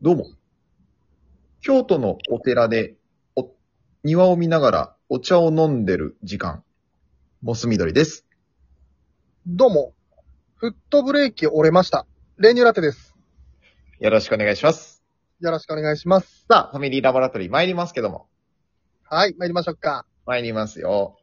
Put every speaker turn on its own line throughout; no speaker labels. どうも。京都のお寺で、お、庭を見ながらお茶を飲んでる時間。モス緑です。
どうも。フットブレーキ折れました。練乳ラテです。
よろしくお願いします。
よろしくお願いします。
さあ、ファミリーラボラトリー参りますけども。
はい、参りましょうか。
参りますよ。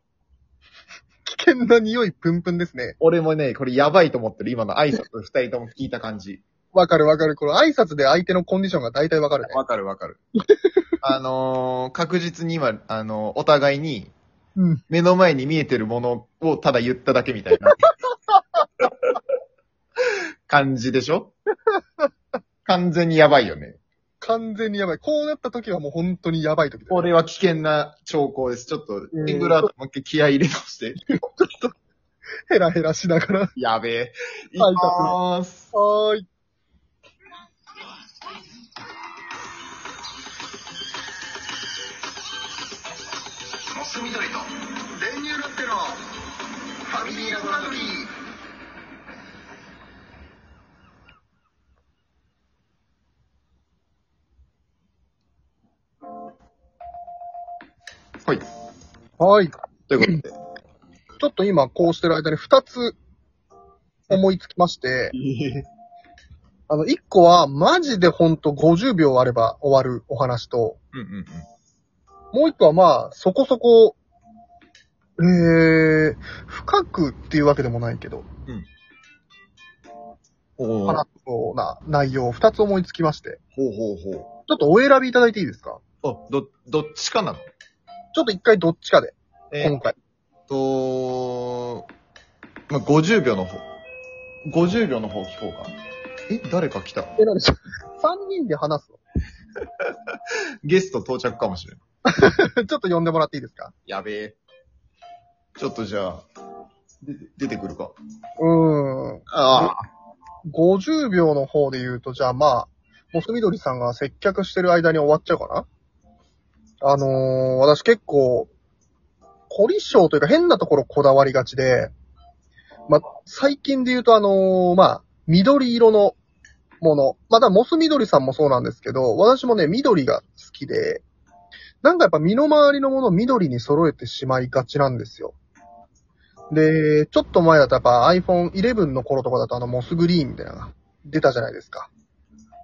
危険な匂いプンプンですね。
俺もね、これやばいと思ってる。今の挨拶二人とも聞いた感じ。
わかるわかる。これ挨拶で相手のコンディションが大体わかるね。
わかるわかる。 あのー、確実に今、あのーお互いに、
うん。
目の前に見えてるものをただ言っただけみたい な感じでしょ完全にやばいよね。
完全にやばい。こうなった時はもう本当にやばい時だよ。
これは危険な兆候です。ちょっと、
ん
シングルアートもう一回気合い入れ直 して。
ヘラヘラしながら。
やべえ。いき
はい
まーす。
はーい。
モス緑と練乳ラッテのファミリーラボラトリー。
はい。
はーい。
という ことで。
ちょっと今こうしてる間に2つ思いつきまして、あの、1個はマジでほんと50秒あれば終わるお話と、
うんうんうん。
もう一個はまあ、そこそこ、えー、深くっていうわけでもないけど、
おー
話すような内容を二つ思いつきまして、
ほうほうほ
ちょっとお選びいただいていいですか
う。あ、ど、どっちかなの
ちょっと一回どっちかで、
えー
今回。
えっと、まあ、50秒の方。50秒の方聞こうか。え、誰か来た。
え、なんでしょう 三人で話す
ゲスト到着かもしれん。
の ちょっと呼んでもらっていいですか
やべえ。ちょっとじゃあ、で出てくるか。
うーん。
ああ。
50秒の方で言うと、じゃあまあ、モスみどりさんが接客してる間に終わっちゃうかなあのー、私結構、凝り性というか変なところこだわりがちで、まあ、最近で言うとあのーまあ、緑色のもの。また、モスみどりさんもそうなんですけど、私もね、緑が好きで、なんかやっぱ身の回りのものを緑に揃えてしまいがちなんですよ。で、ちょっと前だとやっぱ iPhone 11の頃とかだとあのモスグリーンみたいなのが出たじゃないですか。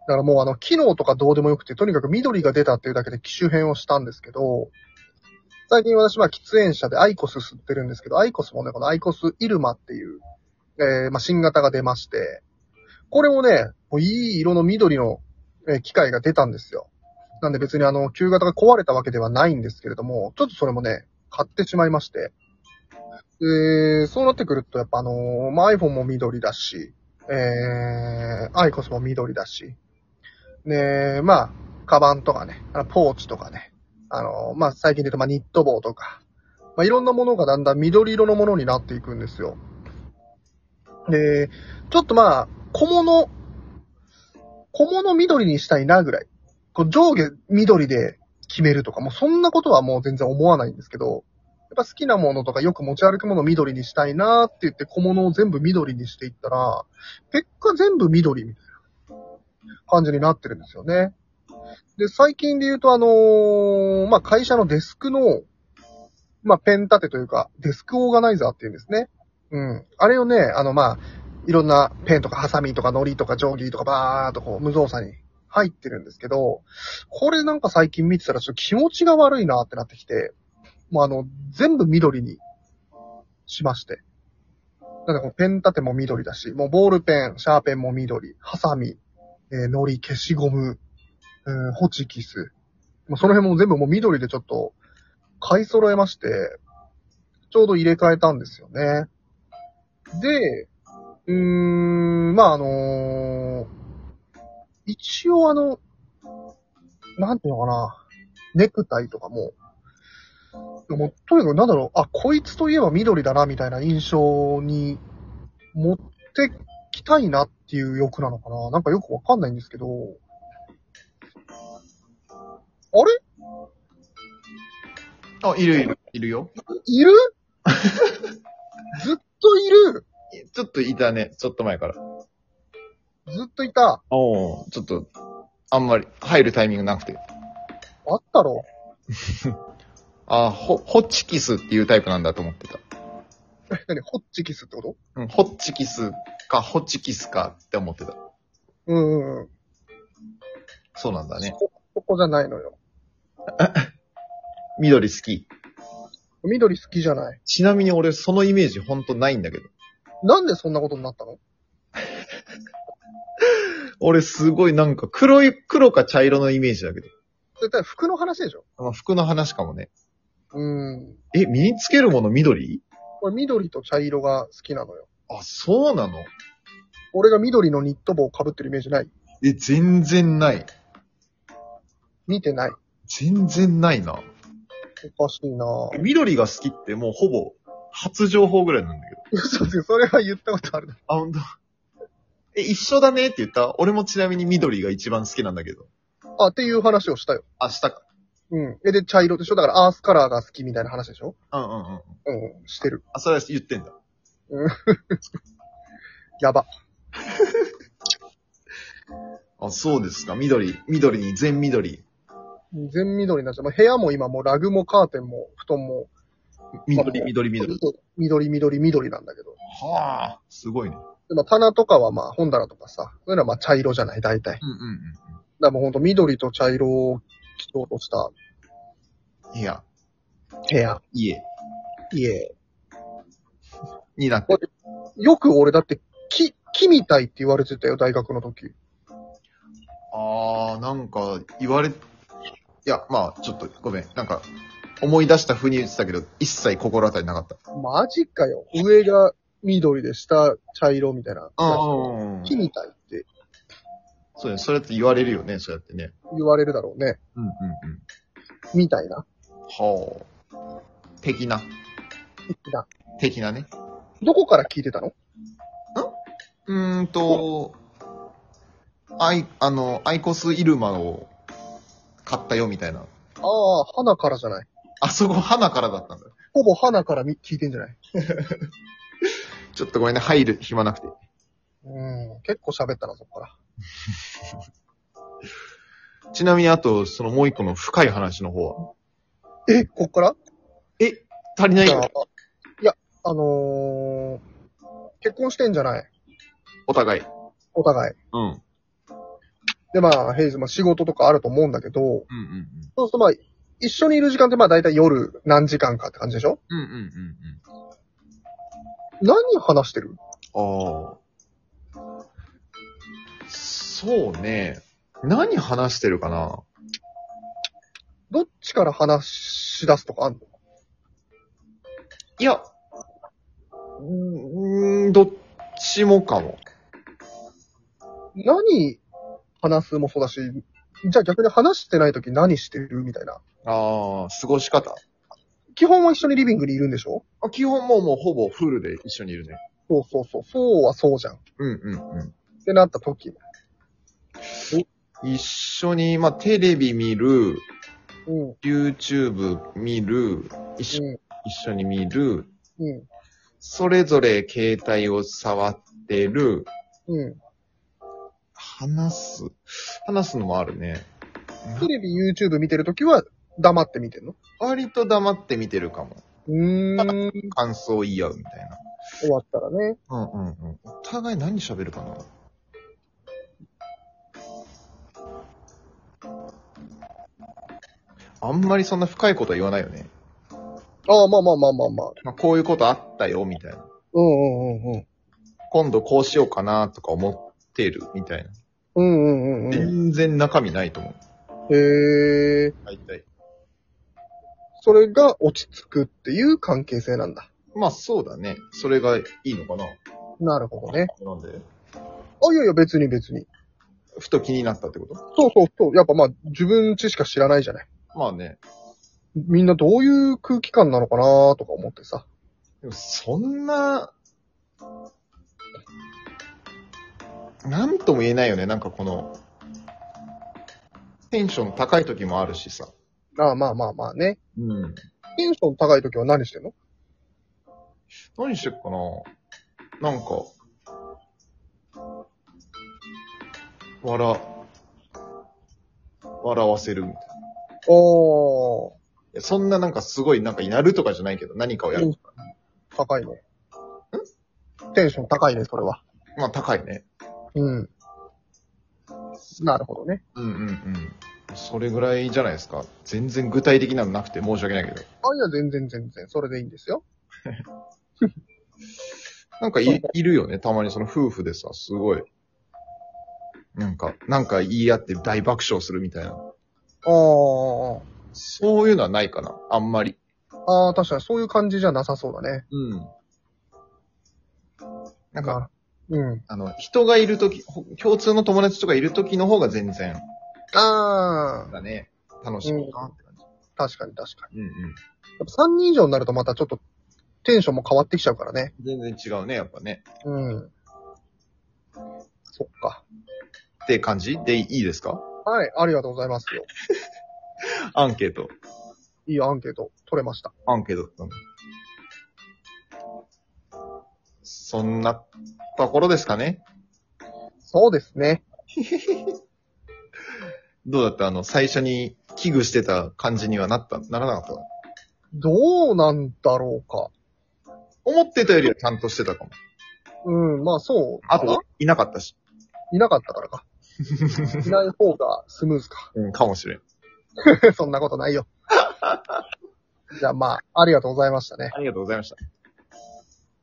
だからもうあの機能とかどうでもよくて、とにかく緑が出たっていうだけで機種変をしたんですけど、最近私は喫煙者でアイコス吸ってるんですけど、アイコスもね、このアイコスイルマっていう、えー、まあ、新型が出まして、これもね、もういい色の緑の、えー機械が出たんですよ。なんで別にあの、旧型が壊れたわけではないんですけれども、ちょっとそれもね、買ってしまいまして、で、そうなってくると、やっぱあのーまあ、iPhone も緑だし、えー、iCos も緑だし、で、まあ、カバンとかね、あのポーチとかね、あのーまあ、最近で言うと、まあ、ニット帽とか、まあ、いろんなものがだんだん緑色のものになっていくんですよ。で、ちょっとまあ、小物、小物緑にしたいなぐらい、こう上下緑で決めるとか、もうそんなことはもう全然思わないんですけど、やっぱ好きなものとかよく持ち歩くものを緑にしたいなーって言って小物を全部緑にしていったら、結果全部緑みたいな感じになってるんですよね。で、最近で言うとあのーまあ、会社のデスクの、まあ、ペン立てというか、デスクオーガナイザーっていうんですね。うん。あれをね、あの、まあ、いろんなペンとかハサミとか糊とか定規とかバーっとこう無造作に入ってるんですけど、これなんか最近見てたらちょっと気持ちが悪いなってなってきて、もうあの、全部緑にしまして。なんでこのペン立ても緑だし、もうボールペン、シャーペンも緑、ハサミ、えー、糊、消しゴム、うん、ホチキス。もうその辺も全部もう緑でちょっと買い揃えまして、ちょうど入れ替えたんですよね。で、うーん、まああのー一応あの、なんていうのかな、ネクタイとかも、もうとにかくなんだろう、あ、こいつといえば緑だな、みたいな印象に持ってきたいなっていう欲なのかな。なんかよくわかんないんですけど。あれ
あ、いるいる、いるよ。
いるずっといる
ちょっといたね、ちょっと前から。
ずっといた。
おお。ちょっと、あんまり入るタイミングなくて。
あったろ
あーホホッチキスっていうタイプなんだと思ってた。
え何ホッチキスってこと
うん、ホッチキスか、ホッチキスかって思ってた。
うんうんうん。
そうなんだね。
そこじゃないのよ。
緑好き。
緑好きじゃない。
ちなみに俺そのイメージほんとないんだけど。
なんでそんなことになったの
俺すごいなんか黒い、黒か茶色のイメージだけど。
絶対服の話でしょ
まあ服の話かもね。
うん。
え、身につけるもの緑
俺緑と茶色が好きなのよ。
あ、そうなの
俺が緑のニット帽を被ってるイメージない
え、全然ない。
見てない。
全然ないな。
おかしいなぁ。
緑が好きってもうほぼ初情報ぐらいなんだけど。
嘘つけ、それは言ったことあるな。
あ、ほんと。え、一緒だねって言った俺もちなみに緑が一番好きなんだけど。
あ、っていう話をしたよ。
あ、したか。
うん。え、で、茶色でしょだからアースカラーが好きみたいな話でしょ
うんうんうん。
うん、してる。
あ、それは言ってんだ。
やば。
あ、そうですか。緑、緑に全緑。
全緑になっちゃう。もう部屋も今もうラグもカーテンも布団も。
緑、緑、緑。
緑、緑、緑なんだけど。
はあ、すごいね。
でまあ、棚とかはまあ本棚とかさ、そういうのはまあ茶色じゃない、大体。だか
うんうん
らもうほんと緑と茶色を基調とした
うん。いや、
部屋、
家
家。
になって。
よく俺だって木、木みたいって言われてたよ、大学の時。
あー、なんか、言われ、いや、まあ、ちょっと、ごめん。なんか、思い出したふうに言ってたけど、一切心当たりなかった。
マジかよ。上が緑で下茶色みたいな。
あ
木みたいって
そうね、それって言われるよね、そうやってね。
言われるだろうね。
うんうんうん。
みたいな。
はあ。的な。
な
的なね。
どこから聞いてたの
うーんと、アイ、あの、アイコスイルマを買ったよみたいな。
ああ、花からじゃない。
あそこ花からだったんだ。
ほぼ花からみ聞いてんじゃない
ちょっとごめんね、入る暇なくて。
うん。結構喋ったな、そっから。
ちなみにあと、そのもう一個の深い話の方は。
え、こっから
え、足りない
じゃあいや、あのー、結婚してんじゃない
お互い。
お互い。
うん。うん
で、まあ、平時も仕事とかあると思うんだけど、
うんうん。
そうするとまあ、一緒にいる時間ってまあ大体夜何時間かって感じでしょ
うんうんうんうん。
何話してる
ああ。そうね。何話してるかな
どっちから話し出すとかあんの
いや、うーん、どっちもかも。
何話すもそうだし、じゃあ逆に話してない時何してるみたいな。
ああ、過ごし方。
基本は一緒にリビングにいるんでしょ
あ基本もうもうほぼフルで一緒にいるね。
そうそうそう。そうはそうじゃん。っ
うんうんうん。
てなった時。
一緒に、まあ、テレビ見る、
うん。
YouTube 見る、一緒
う
一緒に見る、
ん。う
それぞれ携帯を触ってる、
ん。う
話す、話すのもあるね。
ん。テレビ、YouTube 見てる時は黙って見てんの
割と黙って見てるかも。
うーん。終
感想言い合うみたいな。
わったらね。
うんうんうん。お互い何喋るかなあんまりそんな深いことは言わないよね。
ああ、まあまあまあまあまあ。
まあ、こういうことあったよ、みたいな。
うんうんうんうん。
今度こうしようかな、とか思ってる、みたいな。
うんうんうんうん。
全然中身ないと思う。
へえ。
大体。
それが落ち着くっていう関係性なんだ。
まあそうだね。それがいいのかな。
なるほどね。
なんで
あ、いやいや、別に別に。
ふと気になったってこと
そうそうそう。やっぱまあ、自分ちしか知らないじゃない。
まあね。
みんなどういう空気感なのかなとか思ってさ。
でもそんな、なんとも言えないよね。なんかこの、テンション高い時もあるしさ。
ああまあまあまあね。
うん。
テンション高い時は何してんの
何してっかななんか、笑、笑わせるみたいな
おー、
いや。そんななんかすごいなんかやるとかじゃないけど、何かをやる。
高いね。テンション高いね、それは。
まあ高いね。
うん。なるほどね。
うんうんうん。それぐらいじゃないですか。全然具体的なのなくて申し訳ないけど。
あ、いや、全然全然、それでいいんですよ。
なんかいいるよね。たまにその夫婦でさ、すごい。なんか、なんか言い合って大爆笑するみたいな。
あ
そういうのはないかな。あんまり。
あ、ああ、確かにそういう感じじゃなさそうだね。
うん。なんか、
か、うん。
あの、人がいるとき、ほ共通の友達とかいるときの方が全然、
ああ、
だね、楽しみなって感じ。
確かに確かに。
うんうん。
やっぱ3人以上になるとまたちょっとテンションも変わってきちゃうからね。
全然違うね、やっぱね。
うん。そっか。
って感じでいいですか
はい、ありがとうございますよ。
アンケート。
いいアンケート取れました。
アンケートだったのそんなところですかね
そうですね。
どうだったあの、最初に危惧してた感じにはなった、ならなかった
どうなんだろうか。
思ってたよりはちゃんとしてたかも。
うん、まあそう。
あと、いなかったし。
いなかったからか。いない方がスムーズか。
うん、かもしれん。
そんなことないよ。じゃあまあ、ありがとうございましたね。
ありがとうございました。